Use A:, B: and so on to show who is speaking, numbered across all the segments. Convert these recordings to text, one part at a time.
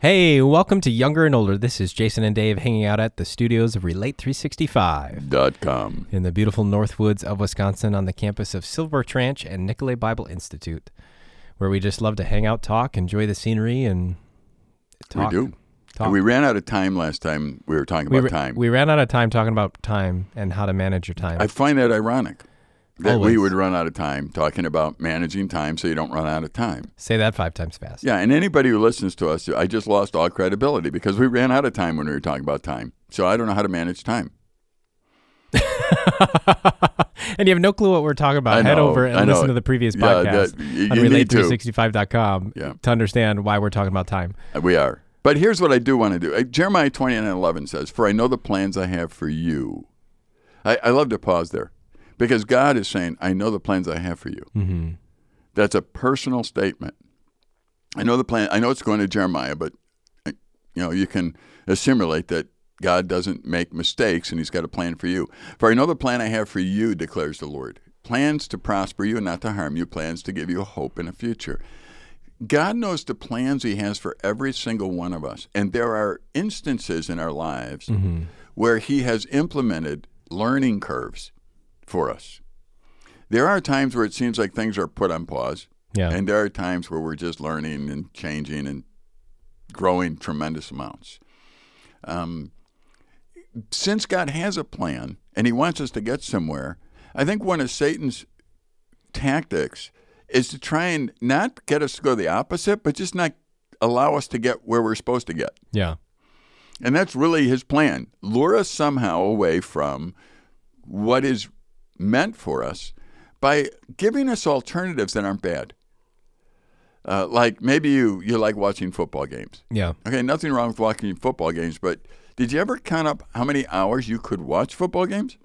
A: Hey, welcome to Younger and Older. This is Jason and Dave hanging out at the studios of Relate365
B: dot com.
A: in the beautiful Northwoods of Wisconsin on the campus of Silver Tranch and Nicolay Bible Institute, where we just love to hang out, talk, enjoy the scenery, and talk.
B: We do.
A: Talk.
B: We ran out of time last time. We were talking
A: We
B: about
A: ra-
B: time.
A: we ran out of time talking about time and how to manage your time.
B: I find that ironic that
A: Always.
B: we would run out of time talking about managing time so you don't run out of time.
A: Say that five times fast.
B: Yeah, and anybody who listens to us, I just lost all credibility because we ran out of time when we were talking about time. So I don't know how to manage time.
A: and you have no clue what we're talking about.
B: I
A: Head
B: know,
A: over
B: I
A: and
B: know.
A: listen to the previous
B: Yeah,
A: podcast
B: that- you-
A: on
B: you need to.
A: relate365.com
B: Yeah.
A: to understand why we're talking about time.
B: Uh, We are. But here's what I do want to do. Uh, Jeremiah 29 and 11 says, For I know the plans I have for you. I, I love to pause there because God is saying, I know the plans I have for you.
A: Mm-hmm.
B: That's a personal statement. I know the plan. I know it's going to Jeremiah, but uh, you know you can assimilate that God doesn't make mistakes and He's got a plan for you. For I know the plan I have for you, declares the Lord. Plans to prosper you and not to harm you. Plans to give you hope and a future. God knows the plans He has for every single one of us. And there are instances in our lives where He has implemented learning curves for us. There are times where it seems like things are put on pause,
A: Yeah.
B: and there are times where we're just learning and changing and growing tremendous amounts. Um, since God has a plan and He wants us to get somewhere, I think one of Satan's tactics is to try and not get us to go the opposite, but just not allow us to get where we're supposed to get.
A: yeah.
B: And that's really his plan lure us somehow away from what is meant for us by giving us alternatives that aren't bad. Uh, like maybe you, you like watching football games.
A: Yeah.
B: Okay, nothing wrong with watching football games, but did you ever count up how many hours you could watch football games?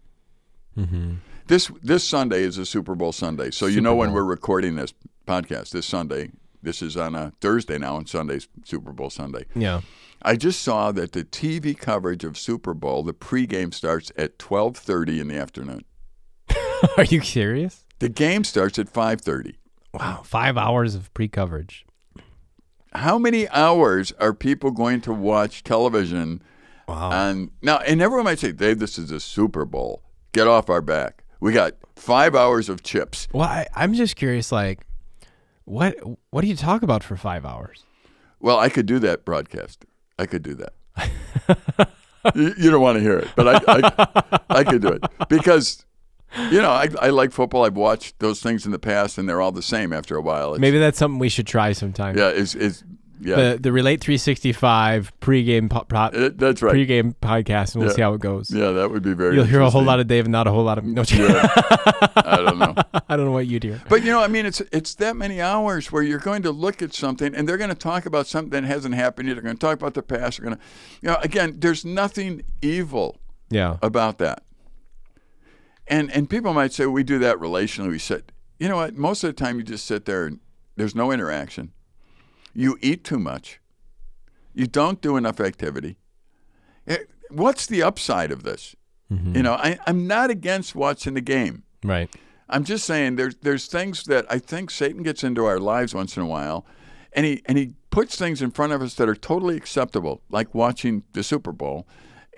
B: Mm-hmm. This this Sunday is a Super Bowl Sunday, so you
A: Super
B: know when
A: Bowl.
B: we're recording this podcast this Sunday. This is on a Thursday now, and Sunday's Super Bowl Sunday.
A: Yeah.
B: I just saw that the TV coverage of Super Bowl, the pregame starts at 12:30 in the afternoon.
A: Are you serious?
B: The game starts at 5:30.
A: Wow. Five hours of pre coverage.
B: How many hours are people going to watch television?
A: Wow.
B: On, now, and everyone might say, "Dave, this is a Super Bowl. Get off our back. We got five hours of chips."
A: Well, I, I'm just curious, like, what what do you talk about for five hours?
B: Well, I could do that broadcast. I could do that. you, you don't want to hear it, but I, I, I could do it because, you know, I, I like football. I've watched those things in the past, and they're all the same after a while. It's,
A: Maybe that's something we should try sometime.
B: Yeah, it's, it's yeah,
A: The the Relate 365 pregame po- pro-
B: it- that's right.
A: pregame podcast, and we'll
B: Yeah.
A: see how it goes.
B: yeah, that would be very.
A: You'll hear a whole
B: interesting.
A: lot of Dave and not a whole lot of no.
B: I don't know.
A: I don't know what you'd hear.
B: But you know, I mean, it's it's that many hours where you're going to look at something, and they're going to talk about something that hasn't happened yet. They're going to talk about the past. They're going to, you know, again, there's nothing evil
A: Yeah.
B: about that. And and people might say we do that relationally. We sit. You know what? Most of the time, you just sit there and there's no interaction. You eat too much. You don't do enough activity. Eh, What's the upside of this? You know, I, I'm not against watching the game.
A: Right.
B: I'm just saying there's there's things that I think Satan gets into our lives once in a while, and he and he puts things in front of us that are totally acceptable, like watching the Super Bowl,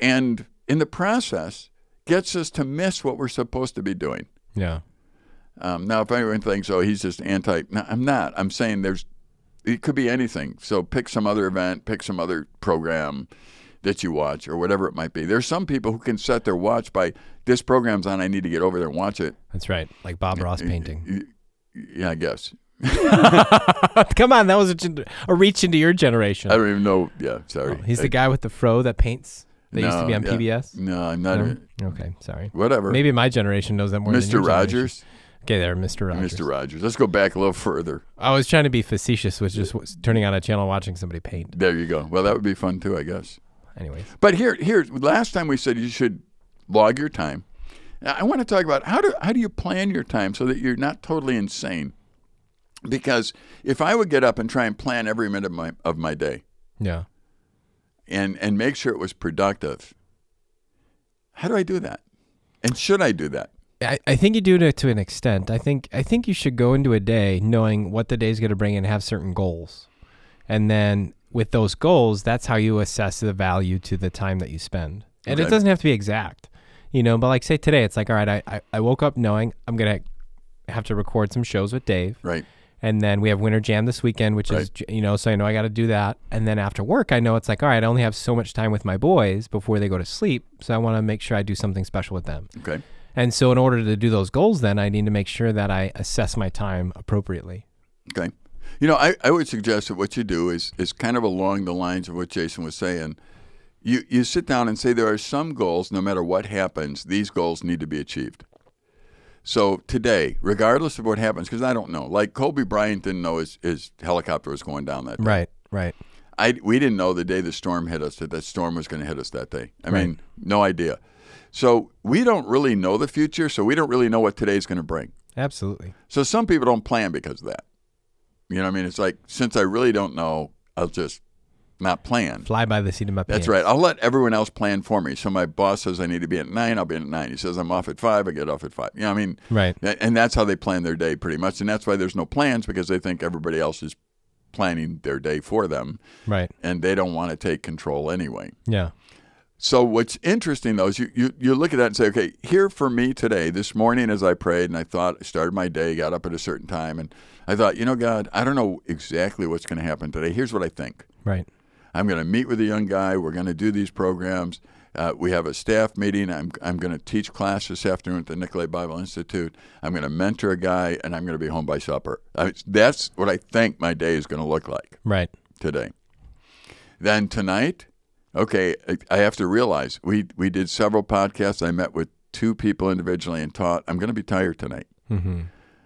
B: and in the process gets us to miss what we're supposed to be doing.
A: Yeah.
B: Um, now, if anyone thinks, oh, he's just anti, no, I'm not. I'm saying there's it could be anything. So pick some other event, pick some other program that you watch or whatever it might be. There's some people who can set their watch by this program's on. I need to get over there and watch it.
A: That's right. Like Bob Ross painting.
B: Yeah, I guess.
A: Come on, that was a, gen- a reach into your generation.
B: I don't even know. Yeah, sorry.
A: Oh,
B: Uh,
A: He's the guy with the fro that paints that used to
B: No,
A: be on
B: yeah.
A: PBS.
B: No, I'm not.
A: No?
B: even-
A: Okay, sorry.
B: Whatever.
A: Maybe my generation knows that more than your
B: Mr.
A: generation.
B: Rogers.
A: Okay, there, Mr. Rogers.
B: Mr. Rogers. Let's go back a little further.
A: I was trying to be facetious with just w- turning on a channel and watching somebody paint.
B: There you go. Well, that would be fun too, I guess.
A: Anyways,
B: But here, here. Last time we said you should log your time. Now, I want to talk about how do how do you plan your time so that you're not totally insane? Because if I would get up and try and plan every minute of my of my day,
A: yeah.
B: and and make sure it was productive, how do I do that? And should I do that?
A: I, I think you do it to an extent. I think I think you should go into a day knowing what the day's going to bring and have certain goals, and then with those goals, that's how you assess the value to the time that you spend. And it
B: Okay.
A: doesn't have to be exact, you know, but like say today, it's like, all right, I, I, I woke up knowing I'm going to have to record some shows with Dave.
B: Right.
A: And then we have Winter Jam this weekend, which is, j- you know, so I know I got to do that. And then after work, I know it's like, all right, I only have so much time with my boys before they go to sleep. So I want to make sure I do something special with them.
B: Okay.
A: And so in order to do those goals, then I need to make sure that I assess my time appropriately.
B: Okay. You know, I, I would suggest that what you do is is kind of along the lines of what Jason was saying. You you sit down and say there are some goals, no matter what happens, these goals need to be achieved. So today, regardless of what happens, because I don't know, like Kobe Bryant didn't know his, his helicopter was going down that day.
A: Right, right.
B: I we didn't know the day the storm hit us that that storm was going to hit us that day. I mean, no idea. So we don't really know the future, so we don't really know what today's going to bring.
A: Absolutely.
B: So some people don't plan because of that. You know what I mean? It's like since I really don't know, I'll just not plan.
A: Fly by the seat of my pants.
B: That's right. I'll let everyone else plan for me. So my boss says I need to be at nine, I'll be at nine. He says I'm off at five, I get off at five. You know what I mean?
A: Right.
B: A- And that's how they plan their day pretty much. And that's why there's no plans because they think everybody else is planning their day for them
A: Right.
B: and they don't want to take control anyway.
A: Yeah.
B: So what's interesting though is you, you, you look at that and say, okay, here for me today, this morning as I prayed and I thought I started my day, got up at a certain time, and I thought, you know, God, I don't know exactly what's going to happen today. Here's what I think:
A: Right.
B: I'm going to meet with a young guy. We're going to do these programs. Uh, we have a staff meeting. I'm I'm going to teach class this afternoon at the Nicolay Bible Institute. I'm going to mentor a guy, and I'm going to be home by supper. I mean, that's what I think my day is going to look like
A: Right.
B: today. Then tonight, okay, I- I have to realize we we did several podcasts. I met with two people individually and taught. I'm going to be tired tonight,
A: Mm-hmm.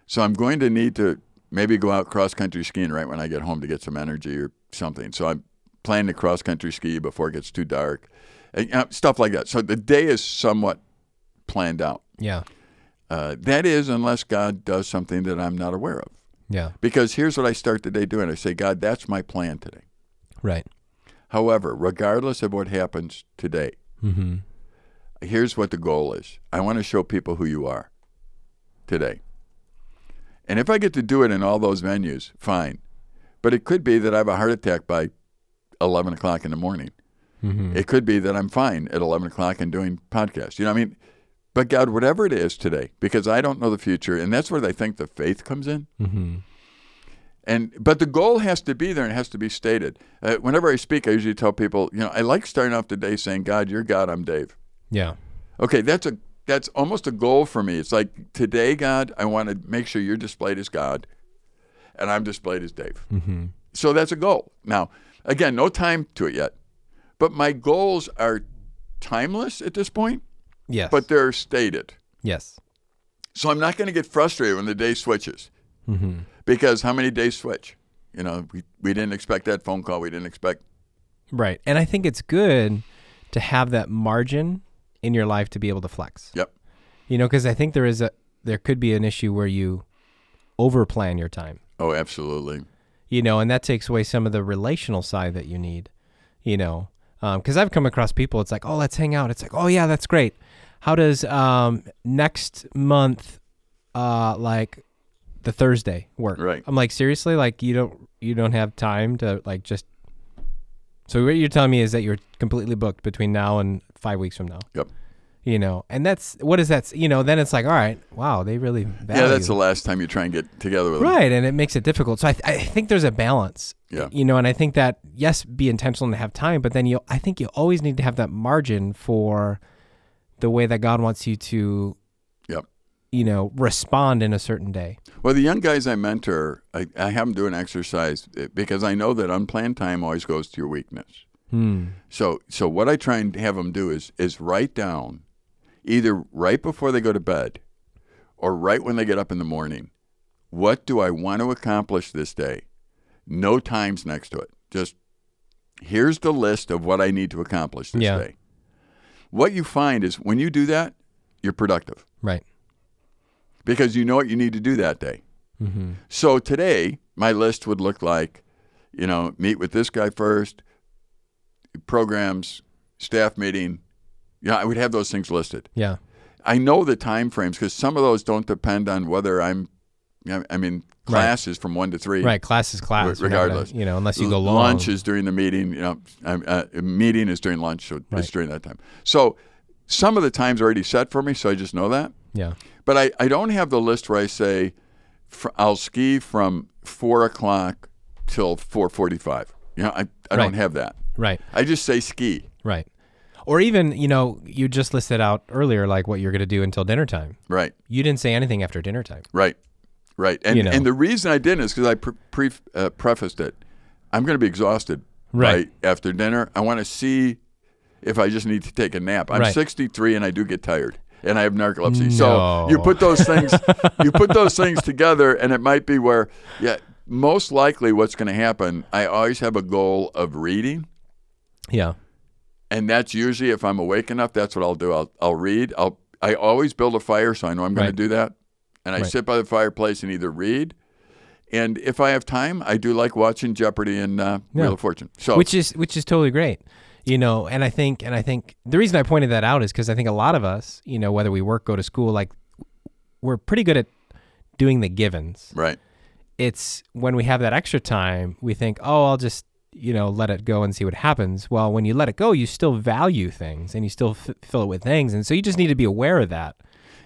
B: so I'm going to need to maybe go out cross country skiing right when I get home to get some energy or something. So I'm planning to cross country ski before it gets too dark, and, uh, stuff like that. So the day is somewhat planned out.
A: Yeah.
B: Uh, that is, unless God does something that I'm not aware of.
A: Yeah.
B: Because here's what I start the day doing. I say, God, that's my plan today.
A: Right.
B: However, regardless of what happens today,
A: Mm-hmm.
B: here's what the goal is I want to show people who you are today. And if I get to do it in all those venues, fine. But it could be that I have a heart attack by 11 o'clock in the morning.
A: Mm-hmm.
B: It could be that I'm fine at 11 o'clock and doing podcasts. You know what I mean? But God, whatever it is today, because I don't know the future, and that's where I think the faith comes in.
A: Mm-hmm.
B: And but the goal has to be there and it has to be stated. Uh, whenever I speak, I usually tell people, you know, I like starting off the day saying, "God, you're God, I'm Dave."
A: Yeah.
B: Okay, that's a that's almost a goal for me. It's like today, God, I want to make sure you're displayed as God, and I'm displayed as Dave.
A: Mm-hmm.
B: So that's a goal. Now, again, no time to it yet, but my goals are timeless at this point,
A: Yes.
B: but they're stated.
A: yes.
B: So I'm not going to get frustrated when the day switches.
A: Mm-hmm.
B: because how many days switch? You know, we, we didn't expect that phone call. We didn't expect.
A: Right. And I think it's good to have that margin in your life to be able to flex.
B: Yep.
A: You know, because I think there is a there could be an issue where you overplan your time.
B: Oh, absolutely.
A: you know, and that takes away some of the relational side that you need, you know, because I've come across people. It's like, oh, let's hang out. It's like, oh yeah, that's great. How does um, next month, uh, like the Thursday work?
B: Right.
A: I'm like, seriously, like you don't you don't have time to like just. So what you're telling me is that you're completely booked between now and five weeks from now.
B: Yep.
A: You know, and that's what is that? s- You know, then it's like, all right, wow, they really value
B: Yeah, that's the last time you try and get together with them.
A: right and it makes it difficult so I, th- I think there's a balance
B: Yeah.
A: you know and i think that yes be intentional and have time but then you i think you always need to have that margin for the way that god wants you to
B: Yep.
A: you know respond in a certain day
B: Well, the young guys I mentor, I, I have them do an exercise eh, because I know that unplanned time always goes to your weakness.
A: hmm.
B: So, so what I try and have them do is is write down, either right before they go to bed, or right when they get up in the morning, what do I want to accomplish this day? No times next to it. Just here's the list of what I need to accomplish this
A: Yeah.
B: day. What you find is when you do that, you're productive
A: right
B: because you know what you need to do that day.
A: mm-hmm.
B: So today, my list would look like, you know, meet with this guy first, programs, staff meeting. Yeah, I would have those things listed.
A: yeah
B: I know the time frames because some of those don't depend on whether I'm, Yeah, I mean, class is from one to three.
A: Right, class is class,
B: Re-
A: You're not gonna-
B: regardless.
A: you know, unless you go
B: L-
A: long.
B: Lunch is during the meeting. You know, um, uh, meeting is during lunch, so
A: Right.
B: it's during that time. So some of the times are already set for me, so I just know that.
A: Yeah,
B: But I, I don't have the list where I say fr- I'll ski from four o'clock till four forty-five. You know, I,
A: Right.
B: I don't have that.
A: right,
B: I just say ski.
A: right. Or even you know, you just listed out earlier like what you're gonna do until dinner time.
B: Right,
A: You didn't say anything after dinner time.
B: right, right. And
A: You know.
B: and the reason I didn't is because I pre- pre- uh, prefaced it. I'm going to be exhausted.
A: Right.
B: by- after dinner, I want to see if I just need to take a nap. I'm
A: Right.
B: 63 and I do get tired. And I have narcolepsy, so
A: No.
B: you put those things, you put those things together, and it might be where, yeah, most likely what's going to happen. I always have a goal of reading,
A: Yeah,
B: and that's usually if I'm awake enough, that's what I'll do. I'll I'll read. I'll I always build a fire, so I know I'm going
A: Right.
B: to do that, and I
A: Right.
B: sit by the fireplace and either read, and if I have time, I do like watching Jeopardy and uh,
A: Yeah.
B: Wheel of Fortune. So
A: which is which is totally great. You know, and I think and I think the reason I pointed that out is because I think a lot of us, you know, whether we work, go to school, like we're pretty good at doing the givens.
B: right,
A: it's when we have that extra time, we think, oh, I'll just, you know, let it go and see what happens. Well, when you let it go, you still value things and you still f- fill it with things. And so you just need to be aware of that.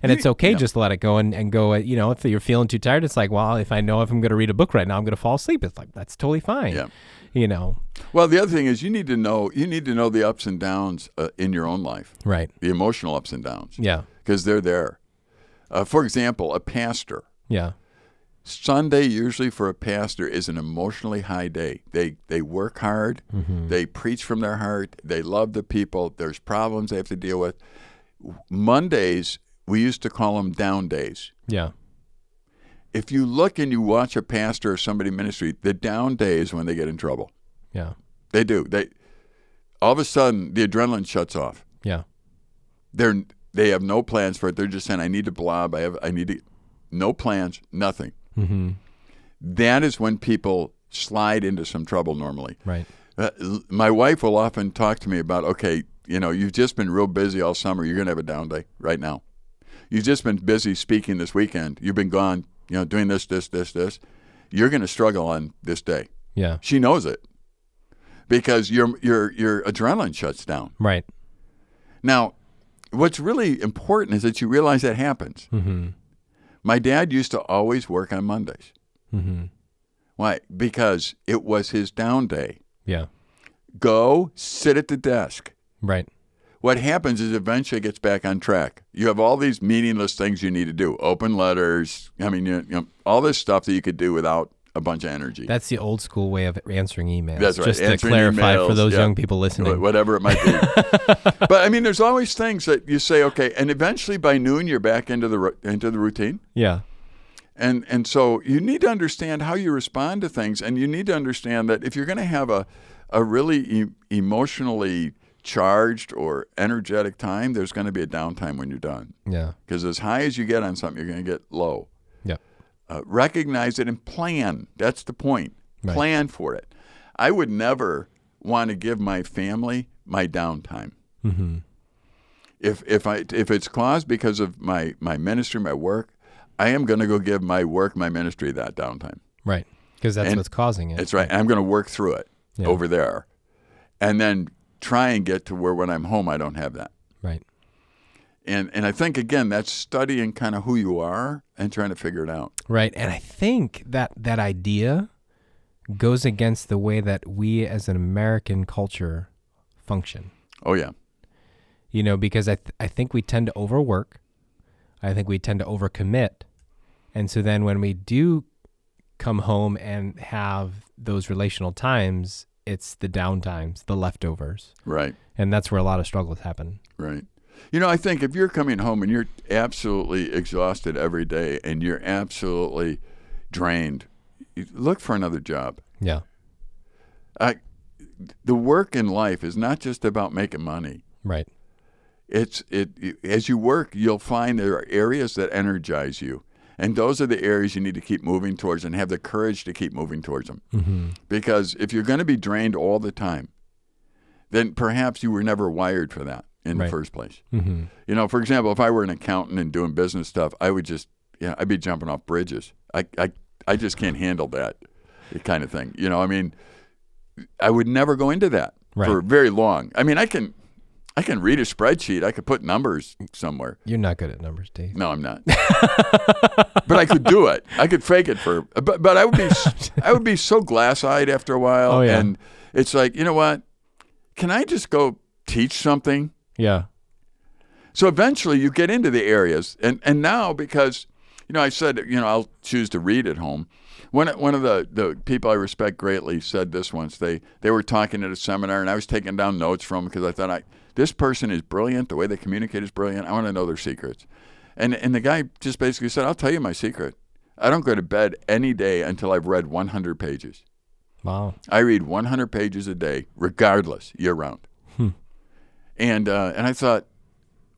A: And it's okay just to let it go and, and go, uh, you know, if you're feeling too tired, it's like, well, if I know if I'm going to read a book right now, I'm going to fall asleep. It's like, that's totally fine.
B: Yeah.
A: You know,
B: Well, the other thing is you need to know you need to know the ups and downs uh, in your own life,
A: right.
B: the emotional ups and downs,
A: Yeah.
B: because they're there. Uh, for example, a pastor
A: Yeah.
B: Sunday usually for a pastor is an emotionally high day. They they work hard, they preach from their heart, they love the people. There's problems they have to deal with. Mondays we used to call them down days.
A: Yeah.
B: If you look and you watch a pastor or somebody in ministry, the down day is when they get in trouble.
A: Yeah.
B: They do. They all of a sudden the adrenaline shuts off.
A: Yeah.
B: They're they have no plans for it. They're just saying, "I need to blob. I have. I need to." No plans. Nothing.
A: Mm-hmm.
B: That is when people slide into some trouble normally.
A: Right.
B: Uh, l- my wife will often talk to me about, okay, you know, you've just been real busy all summer. You're going to have a down day right now. You've just been busy speaking this weekend. You've been gone, you know, doing this, this, this, this. You're going to struggle on this day.
A: Yeah.
B: She knows it because your your your adrenaline shuts down.
A: Right.
B: Now, what's really important is that you realize that happens.
A: Mm-hmm.
B: My dad used to always work on Mondays.
A: Mm-hmm.
B: Why? Because it was his down day.
A: Yeah.
B: Go sit at the desk.
A: Right.
B: What happens is eventually it gets back on track. You have all these meaningless things you need to do open letters, I mean, you, you know, all this stuff that you could do without a bunch of energy.
A: That's the old school way of answering emails.
B: That's right,
A: Just to
B: answering
A: clarify for
B: emails,
A: those
B: yeah.
A: young people
B: Wh-
A: listening.
B: Whatever it might be. but I mean, there's always things that you say, okay, and eventually by noon you're back into the ru- into the routine.
A: Yeah.
B: And and so you need to understand how you respond to things, and you need to understand that if you're going to have a a really e- emotionally charged or energetic time, there's going to be a downtime when you're done.
A: Yeah.
B: Because as high as you get on something, you're going to get low.
A: Yeah.
B: Uh, recognize it and plan. That's the point.
A: Right.
B: Plan for it. I would never want to give my family my downtime.
A: Mm-hmm.
B: If if I if it's caused because of my my ministry, my work, I am going to go give my work, my ministry that downtime.
A: Right. Because that's
B: And
A: what's causing it.
B: That's right. I'm going to work through it
A: Yeah.
B: over there, and then try and get to where when I'm home, I don't have that.
A: Right.
B: And and I think again, that's studying kind of who you are and trying to figure it out.
A: Right. And I think that that idea goes against the way that we as an American culture function.
B: Oh yeah,
A: You know, because I, th- I think we tend to overwork. I think we tend to overcommit. And so then when we do come home and have those relational times, it's the down times, the leftovers.
B: right.
A: And that's where a lot of struggles happen.
B: Right. You know, I think if you're coming home and you're absolutely exhausted every day and you're absolutely drained, you- look for another job.
A: Yeah.
B: I, the work in life is not just about making money.
A: Right.
B: It's it you- as you work, you'll find there are areas that energize you, and those are the areas you need to keep moving towards and have the courage to keep moving towards them.
A: Mm-hmm.
B: Because if you're going to be drained all the time, then perhaps you were never wired for that in
A: Right.
B: the first place.
A: Mm-hmm.
B: You know, for example, if I were an accountant and doing business stuff, I would just yeah, I'd be jumping off bridges. I, I, I just can't handle that kind of thing. You know, I mean, I would never go into that
A: Right.
B: for very long. I mean, I can, I can read a spreadsheet. I could put numbers somewhere.
A: You're not good at numbers, Dave.
B: No, I'm not. but I could do it. I could fake it for. But, but I would be s- I would be so glass eyed after a while,
A: Oh, yeah.
B: and it's like you know what? Can I just go teach something?
A: Yeah.
B: So eventually you get into the areas, and and now because you know I said you know I'll choose to read at home. One one of the the people I respect greatly said this once. They they were talking at a seminar, and I was taking down notes from because I thought I this person is brilliant. The way they communicate is brilliant. I want to know their secrets. And and the guy just basically said, "I'll tell you my secret. I don't go to bed any day until I've read 100 pages.
A: Wow.
B: I read 100 pages a day, regardless, year round. And uh, and I thought,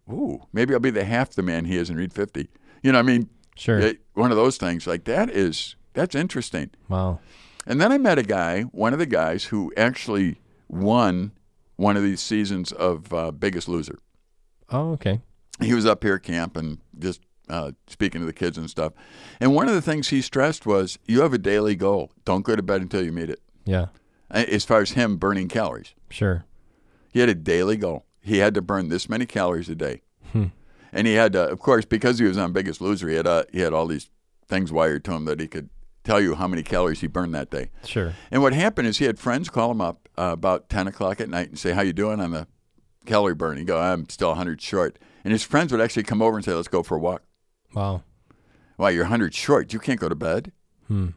B: ooh, maybe I'll be the half the man he is and read 50. You know, I mean,
A: Sure.
B: it- one of those things. Like that is that's interesting.
A: Wow.
B: And then I met a guy, one of the guys who actually won one of these seasons of uh, Biggest Loser
A: Oh, okay.
B: he was up here at camp and just uh, speaking to the kids and stuff. And one of the things he stressed was, you have a daily goal. Don't go to bed until you meet it.
A: Yeah.
B: A- As far as him burning calories,
A: Sure.
B: he had a daily goal. He had to burn this many calories a day, and he had to, of course, because he was on Biggest Loser. He had uh, he had all these things wired to him that he could tell you how many calories he burned that day.
A: Sure.
B: And what happened is he had friends call him up uh, about 10 o'clock at night and say, how you doing on the calorie burn? He'd go, I'm still 100 short. And his friends would actually come over and say, let's go for a walk.
A: Wow.
B: Wow, you're 100 short. You can't go to bed.
A: Hmm.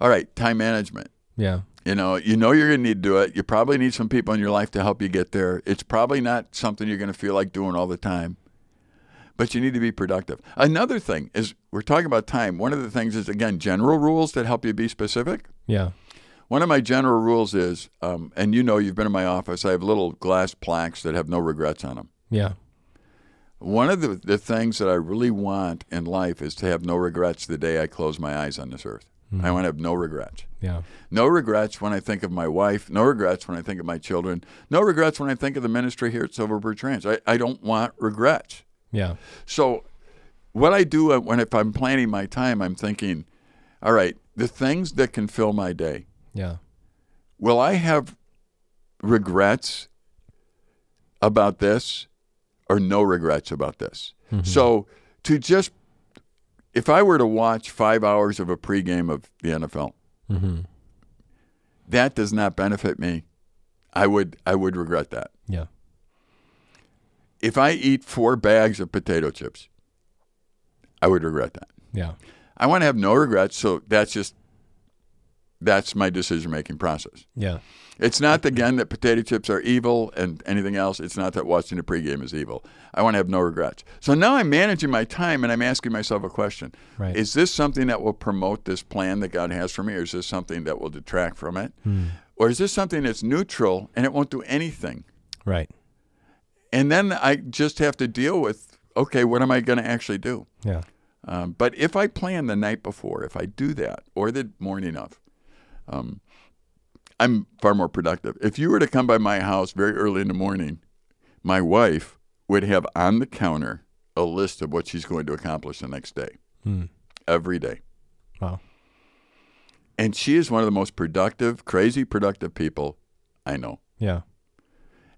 B: All right, time management.
A: Yeah.
B: You know, you know you're going to need to do it. You probably need some people in your life to help you get there. It's probably not something you're going to feel like doing all the time. But you need to be productive. Another thing is we're talking about time. One of the things is again general rules that help you be specific.
A: Yeah.
B: One of my general rules is, um, and you know, you've been in my office. I have little glass plaques that have no regrets on them.
A: Yeah.
B: One of the, the things that I really want in life is to have no regrets the day I close my eyes on this earth. I want to have no regrets.
A: Yeah.
B: No regrets when I think of my wife. No regrets when I think of my children. No regrets when I think of the ministry here at Silverbird Trans. I, I don't want regrets.
A: Yeah. So
B: What I do when if I'm planning my time, I'm thinking, all right, the things that can fill my day.
A: yeah.
B: Will I have regrets about this or no regrets about this? So to just if I were to watch five hours of a pregame of the NFL,
A: Mhm.
B: that does not benefit me. I would I would regret that.
A: Yeah.
B: If I eat four bags of potato chips, I would regret that.
A: Yeah.
B: I want to have no regrets, so that's just that's my decision making process.
A: Yeah.
B: It's not again that potato chips are evil and anything else. It's not that watching the pregame is evil. I want to have no regrets. So now I'm managing my time and I'm asking myself a question:
A: Right.
B: Is this something that will promote this plan that God has for me, or is this something that will detract from it,
A: Hmm.
B: or is this something that's neutral and it won't do anything?
A: Right.
B: And then I just have to deal with okay, what am I going to actually do?
A: Yeah.
B: Um, but if I plan the night before, if I do that or the morning of, um, I'm far more productive. If you were to come by my house very early in the morning, my wife would have on the counter a list of what she's going to accomplish the next day,
A: Hmm.
B: every day.
A: Wow.
B: And she is one of the most productive, crazy productive people I know.
A: Yeah.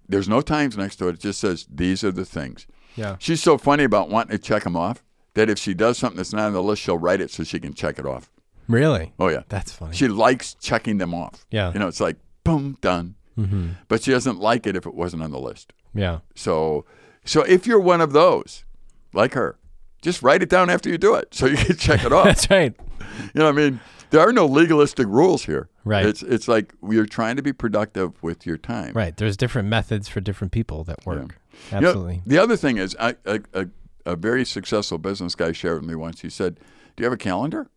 B: There's no times next to it. It just says, these are the things.
A: Yeah.
B: She's so funny about wanting to check them off that if she does something that's not on the list, she'll write it so she can check it off.
A: Really?
B: Oh, yeah.
A: That's funny.
B: She likes checking them off.
A: Yeah.
B: You know, it's like, boom, done.
A: mm-hmm.
B: But she doesn't like it if it wasn't on the list.
A: Yeah.
B: So, so if you're one of those, like her, just write it down after you do it so you can check it off.
A: That's right.
B: you know what I mean? There are no legalistic rules here.
A: Right.
B: It's, it's like you're trying to be productive with your time.
A: Right. There's different methods for different people that work.
B: You know,
A: Absolutely.
B: the other thing is, I, a, a, a very successful business guy shared with me once. He said, Do you have a calendar?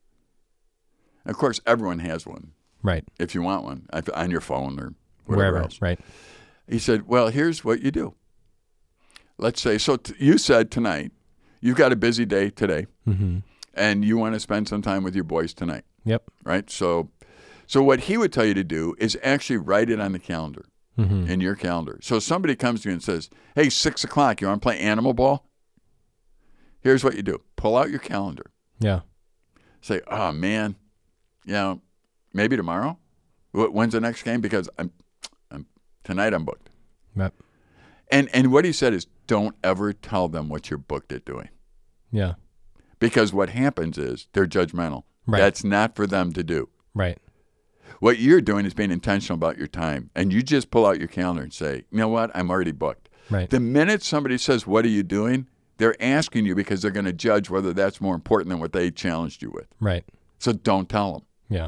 B: Of course, everyone has one
A: Right.
B: if you want one if- on your phone or whatever
A: Wherever.
B: else.
A: Right.
B: He said, Well, here's what you do. Let's say, so t- you said tonight, you've got a busy day today,
A: Mm-hmm.
B: and you want to spend some time with your boys tonight,
A: Yep.
B: right? So, so what he would tell you to do is actually write it on the calendar,
A: Mm-hmm.
B: in your calendar. So if somebody comes to you and says, Hey, six o'clock, you want to play animal ball? Here's what you do pull out your calendar.
A: Yeah.
B: Say, oh, man, you know, maybe tomorrow? Wh- When's the next game? Because I'm, I'm tonight I'm booked.
A: Yep.
B: And, and what he said is don't ever tell them what you're booked at doing.
A: Yeah.
B: Because what happens is they're judgmental.
A: Right.
B: That's not for them to do.
A: Right.
B: What you're doing is being intentional about your time. And you just pull out your calendar and say, you know what? I'm already booked.
A: Right.
B: The minute somebody says, What are you doing? they're asking you because they're going to judge whether that's more important than what they challenged you with.
A: right.
B: So don't tell them.
A: Yeah.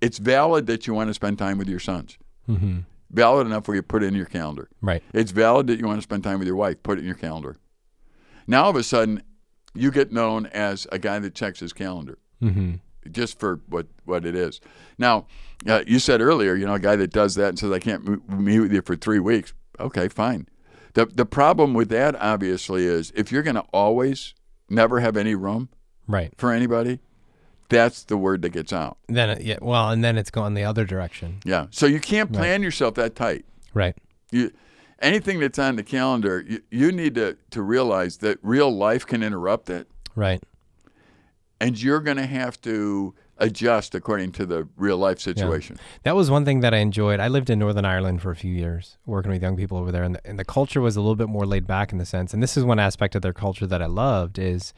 B: It's valid that you want to spend time with your sons,
A: Mm-hmm.
B: valid enough where you put it in your calendar.
A: Right.
B: It's valid that you want to spend time with your wife, put it in your calendar. Now, all of a sudden, you get known as a guy that checks his calendar.
A: Mm-hmm.
B: just for what what it is. Now, uh, you said earlier, you know, a guy that does that and says I can't m- meet with you for three weeks. Okay, fine. the The problem with that obviously is if you're going to always never have any room
A: Right.
B: for anybody, that's the word that gets out.
A: Then it, yeah. Well, and then it's gone the other direction.
B: Yeah. So you can't plan yourself that tight.
A: Right.
B: You anything that's on the calendar, you, you need to to realize that real life can interrupt it,
A: Right.
B: and you're going to have to adjust according to the real life situation.
A: That was one thing that I enjoyed. I lived in Northern Ireland for a few years, working with young people over there, and the, and the culture was a little bit more laid back in the sense. And this is one aspect of their culture that I loved is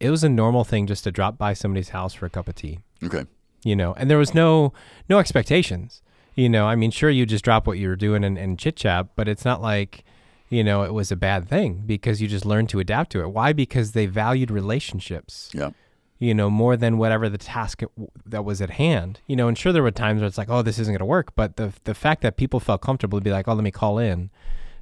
A: it was a normal thing just to drop by somebody's house for a cup of tea,
B: Okay.
A: you know. And there was no no expectations, you know. I mean, sure, you just drop what you were doing and, and chit chat, but it's not like you know it was a bad thing because you just learned to adapt to it. Why? Because they valued relationships
B: Yeah.
A: you know, more than whatever the task it, that was at hand. You know, and sure there were times where it's like, oh, this isn't going to work, but the the fact that people felt comfortable to be like, oh, let me call in,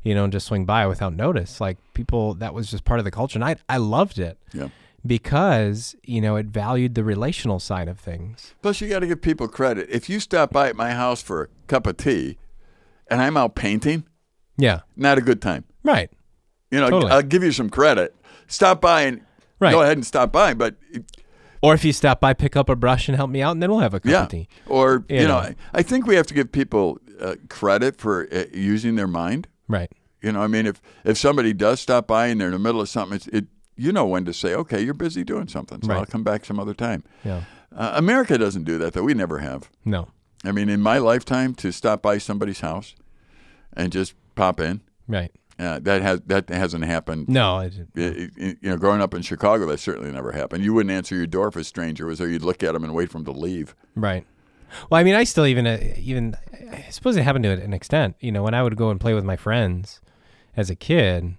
A: you know, and just swing by without notice, like people that was just part of the culture, and I I loved it
B: Yeah.
A: because you know it valued the relational side of things.
B: Plus, you got to give people credit. If you stop by at my house for a cup of tea, and I'm out painting,
A: Yeah,
B: not a good time.
A: right,
B: You know,
A: Totally.
B: I'll give you some credit. Stop by and
A: Right.
B: go ahead and stop by, but
A: or if you stop by, pick up a brush and help me out, and then we'll have a cup
B: yeah.
A: of tea.
B: Or you,
A: You
B: know,
A: know.
B: I- I think we have to give people uh, credit for uh, using their mind.
A: Right,
B: You know, I mean, if if somebody does stop by and they're in the middle of something, it's, it you know when to say, okay, you're busy doing something, so
A: Right.
B: I'll come back some other time.
A: yeah,
B: Uh, America doesn't do that though. We never have.
A: no,
B: I mean, in my lifetime, to stop by somebody's house and just pop in,
A: right,
B: uh, that has that hasn't happened.
A: no, I didn't.
B: I- I- You know, growing up in Chicago, that certainly never happened. You wouldn't answer your door if a stranger was there. You'd look at him and wait for him to leave.
A: Right. Well, I mean, I still even uh, even I suppose it happened to an extent. You know, when I would go and play with my friends as a kid,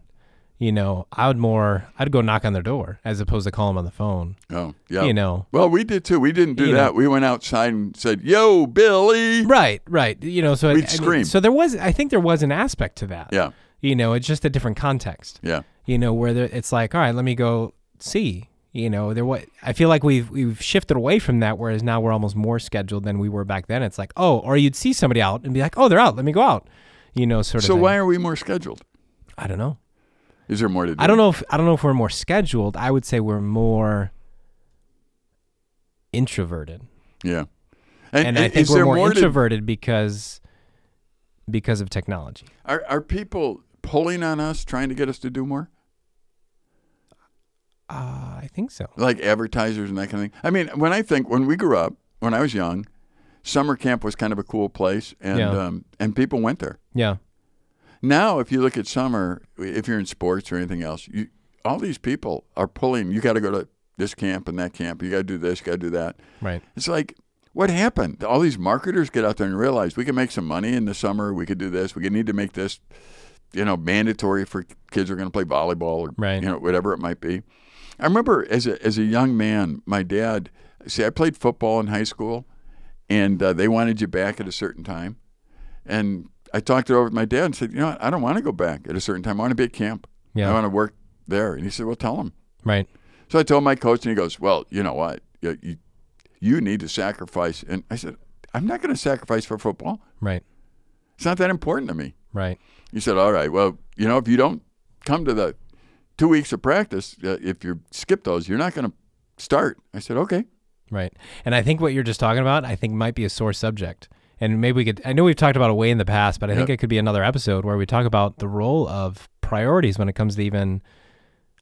A: you know, I would more I'd go knock on their door as opposed to call them on the phone.
B: Oh, yeah.
A: You know.
B: Well, we did too. We didn't do
A: You know.
B: that. We went outside and said, "Yo, Billy."
A: Right. Right. You know. So I-
B: We'd
A: I mean,
B: scream.
A: so there was I think there was an aspect to that.
B: Yeah,
A: You know, it's just a different context.
B: yeah,
A: You know, where there, it's like, all right, let me go see. You know, there what I feel like we've we've shifted away from that, whereas now we're almost more scheduled than we were back then. It's like, oh, or you'd see somebody out and be like, oh, they're out, let me go out. You know, sort of.
B: So
A: thing.
B: why are we more scheduled?
A: I don't know.
B: Is there more to do?
A: I don't know if I don't know if we're more scheduled. I would say we're more introverted,
B: Yeah.
A: and, I think
B: is
A: we're
B: there
A: more,
B: to-
A: introverted because because of technology.
B: are are people pulling on us, trying to get us to do more?
A: Uh, I think so.
B: like advertisers and that kind of thing. I mean, when I think when we grew up, when I was young, summer camp was kind of a cool place, and
A: Yeah.
B: um, and people went there.
A: Yeah,
B: Now, if you look at summer, if you're in sports or anything else, you, all these people are pulling. You got to go to this camp and that camp. You got to do this. Got to do that.
A: right.
B: It's like. What happened? All these marketers get out there and realize we can make some money in the summer. We could do this. We could need to make this, you know, mandatory for kids who are going to play volleyball or
A: Right.
B: you know whatever it might be. I remember as a as a young man, my dad. See, I played football in high school, and uh, they wanted you back at a certain time. And I talked it over with my dad and said, you know, what? I don't want to go back at a certain time. I want to be at camp.
A: Yeah.
B: I want to work there. And he said, well, tell him.
A: Right.
B: So I told my coach, and he goes, well, you know what, you you, you need to sacrifice. And I said, I'm not going to sacrifice for football.
A: Right.
B: It's not that important to me.
A: Right.
B: He said, "All right, well, you know, if you don't come to the two weeks of practice, uh, if you skip those, you're not going to start." I said, "Okay,
A: Right. And I think what you're just talking about, I think might be a sore subject. And maybe we could, I know we've talked about it way in the past, but I think
B: Yeah.
A: it could be another episode where we talk about the role of priorities when it comes to even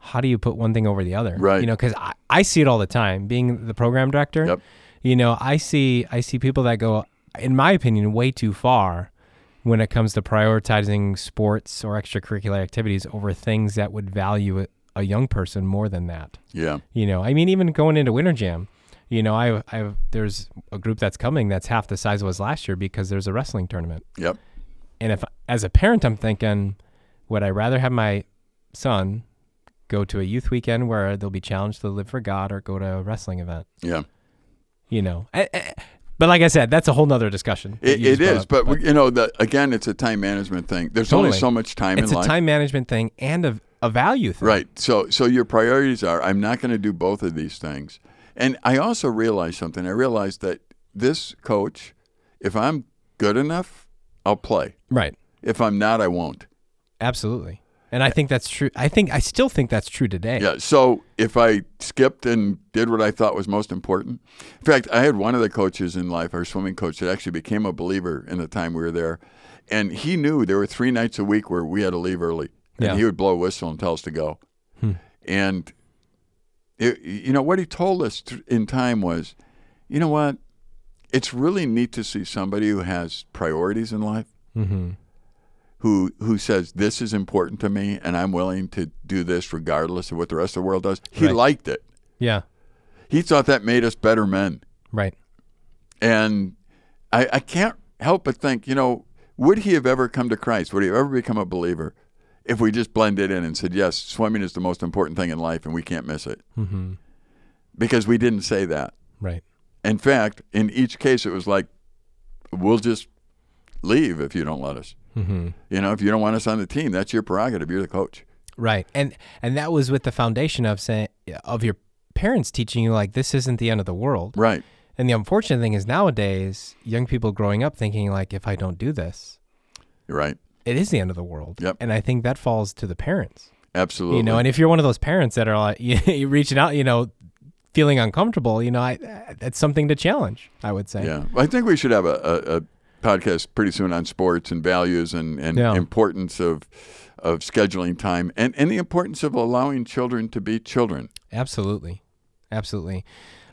A: how do you put one thing over the other?
B: Right.
A: You know, because I, I see it all the time. Being the program director,
B: Yep.
A: you know, I see I see people that go, in my opinion, way too far when it comes to prioritizing sports or extracurricular activities over things that would value a, a young person more than that.
B: Yeah.
A: You know, I mean, even going into Winter Jam, you know, I I there's a group that's coming that's half the size it was last year because there's a wrestling tournament.
B: Yep.
A: And if as a parent, I'm thinking, would I rather have my son go to a youth weekend where they'll be challenged to live for God or go to a wrestling event?
B: Yeah.
A: You know, I, I- but like I said, that's a whole nother discussion. that
B: It,
A: you just
B: it
A: brought
B: is,
A: up.
B: but, we, you know, the, again, it's a time management thing. There's only
A: Totally.
B: so much time
A: it's
B: in
A: a
B: life.
A: time management thing and a, a value thing.
B: Right. So so your priorities are I'm not going to do both of these things. And I also realized something. I realized that this coach, if I'm good enough, I'll play.
A: Right.
B: If I'm not, I won't.
A: Absolutely. And I think that's true. I think I still think that's true today.
B: Yeah. So if I skipped and did what I thought was most important. In fact, I had one of the coaches in life, our swimming coach, that actually became a believer in the time we were there. And he knew there were three nights a week where we had to leave early. And
A: Yeah.
B: he would blow a whistle and tell us to go. And, it, you know, what he told us th- in time was, you know what? It's really neat to see somebody who has priorities in life
A: Mm-hmm.
B: who who says this is important to me and I'm willing to do this regardless of what the rest of the world does. He
A: Right.
B: liked it.
A: Yeah.
B: He thought that made us better men.
A: Right.
B: And I, I can't help but think, you know, would he have ever come to Christ? Would he have ever become a believer if we just blended in and said, yes, swimming is the most important thing in life and we can't miss it?
A: Mm-hmm.
B: Because we didn't say that.
A: Right.
B: In fact, in each case, it was like, we'll just leave if you don't let us.
A: Mm-hmm.
B: You know, if you don't want us on the team, that's your prerogative. You're the coach.
A: Right. And and that was with the foundation of saying of your parents teaching you like this isn't the end of the world.
B: Right.
A: And the unfortunate thing is nowadays young people growing up thinking like if I don't do this,
B: You're right.
A: it is the end of the world.
B: Yep.
A: And I think that falls to the parents.
B: Absolutely.
A: You know, and if you're one of those parents that are like you reaching out, you know, feeling uncomfortable, you know, I that's something to challenge, I would say.
B: yeah. Well, I think we should have a, a, a podcast pretty soon on sports and values and, and
A: Yeah.
B: importance of of scheduling time and, and the importance of allowing children to be children.
A: Absolutely. Absolutely.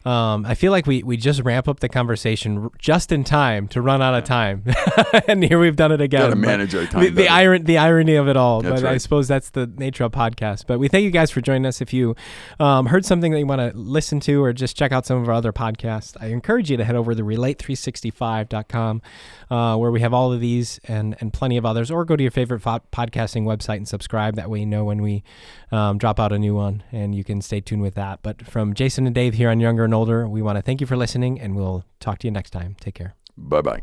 A: Um, I feel like we, we just ramp up the conversation r- just in time to run out of time. and here we've done it again.
B: Got to
A: but
B: manage our time.
A: the, the,
B: better.
A: iron, the irony of it all.
B: That's
A: but I
B: right.
A: suppose that's the nature of podcasts. But we thank you guys for joining us. If you um, heard something that you want to listen to or just check out some of our other podcasts, I encourage you to head over to relate365.com uh, where we have all of these and, and plenty of others. Or go to your favorite fo- podcasting website and subscribe. That way you know when we um, drop out a new one and you can stay tuned with that. But from Jason and Dave here on Younger and Older, we want to thank you for listening and we'll talk to you next time. Take care.
B: Bye bye.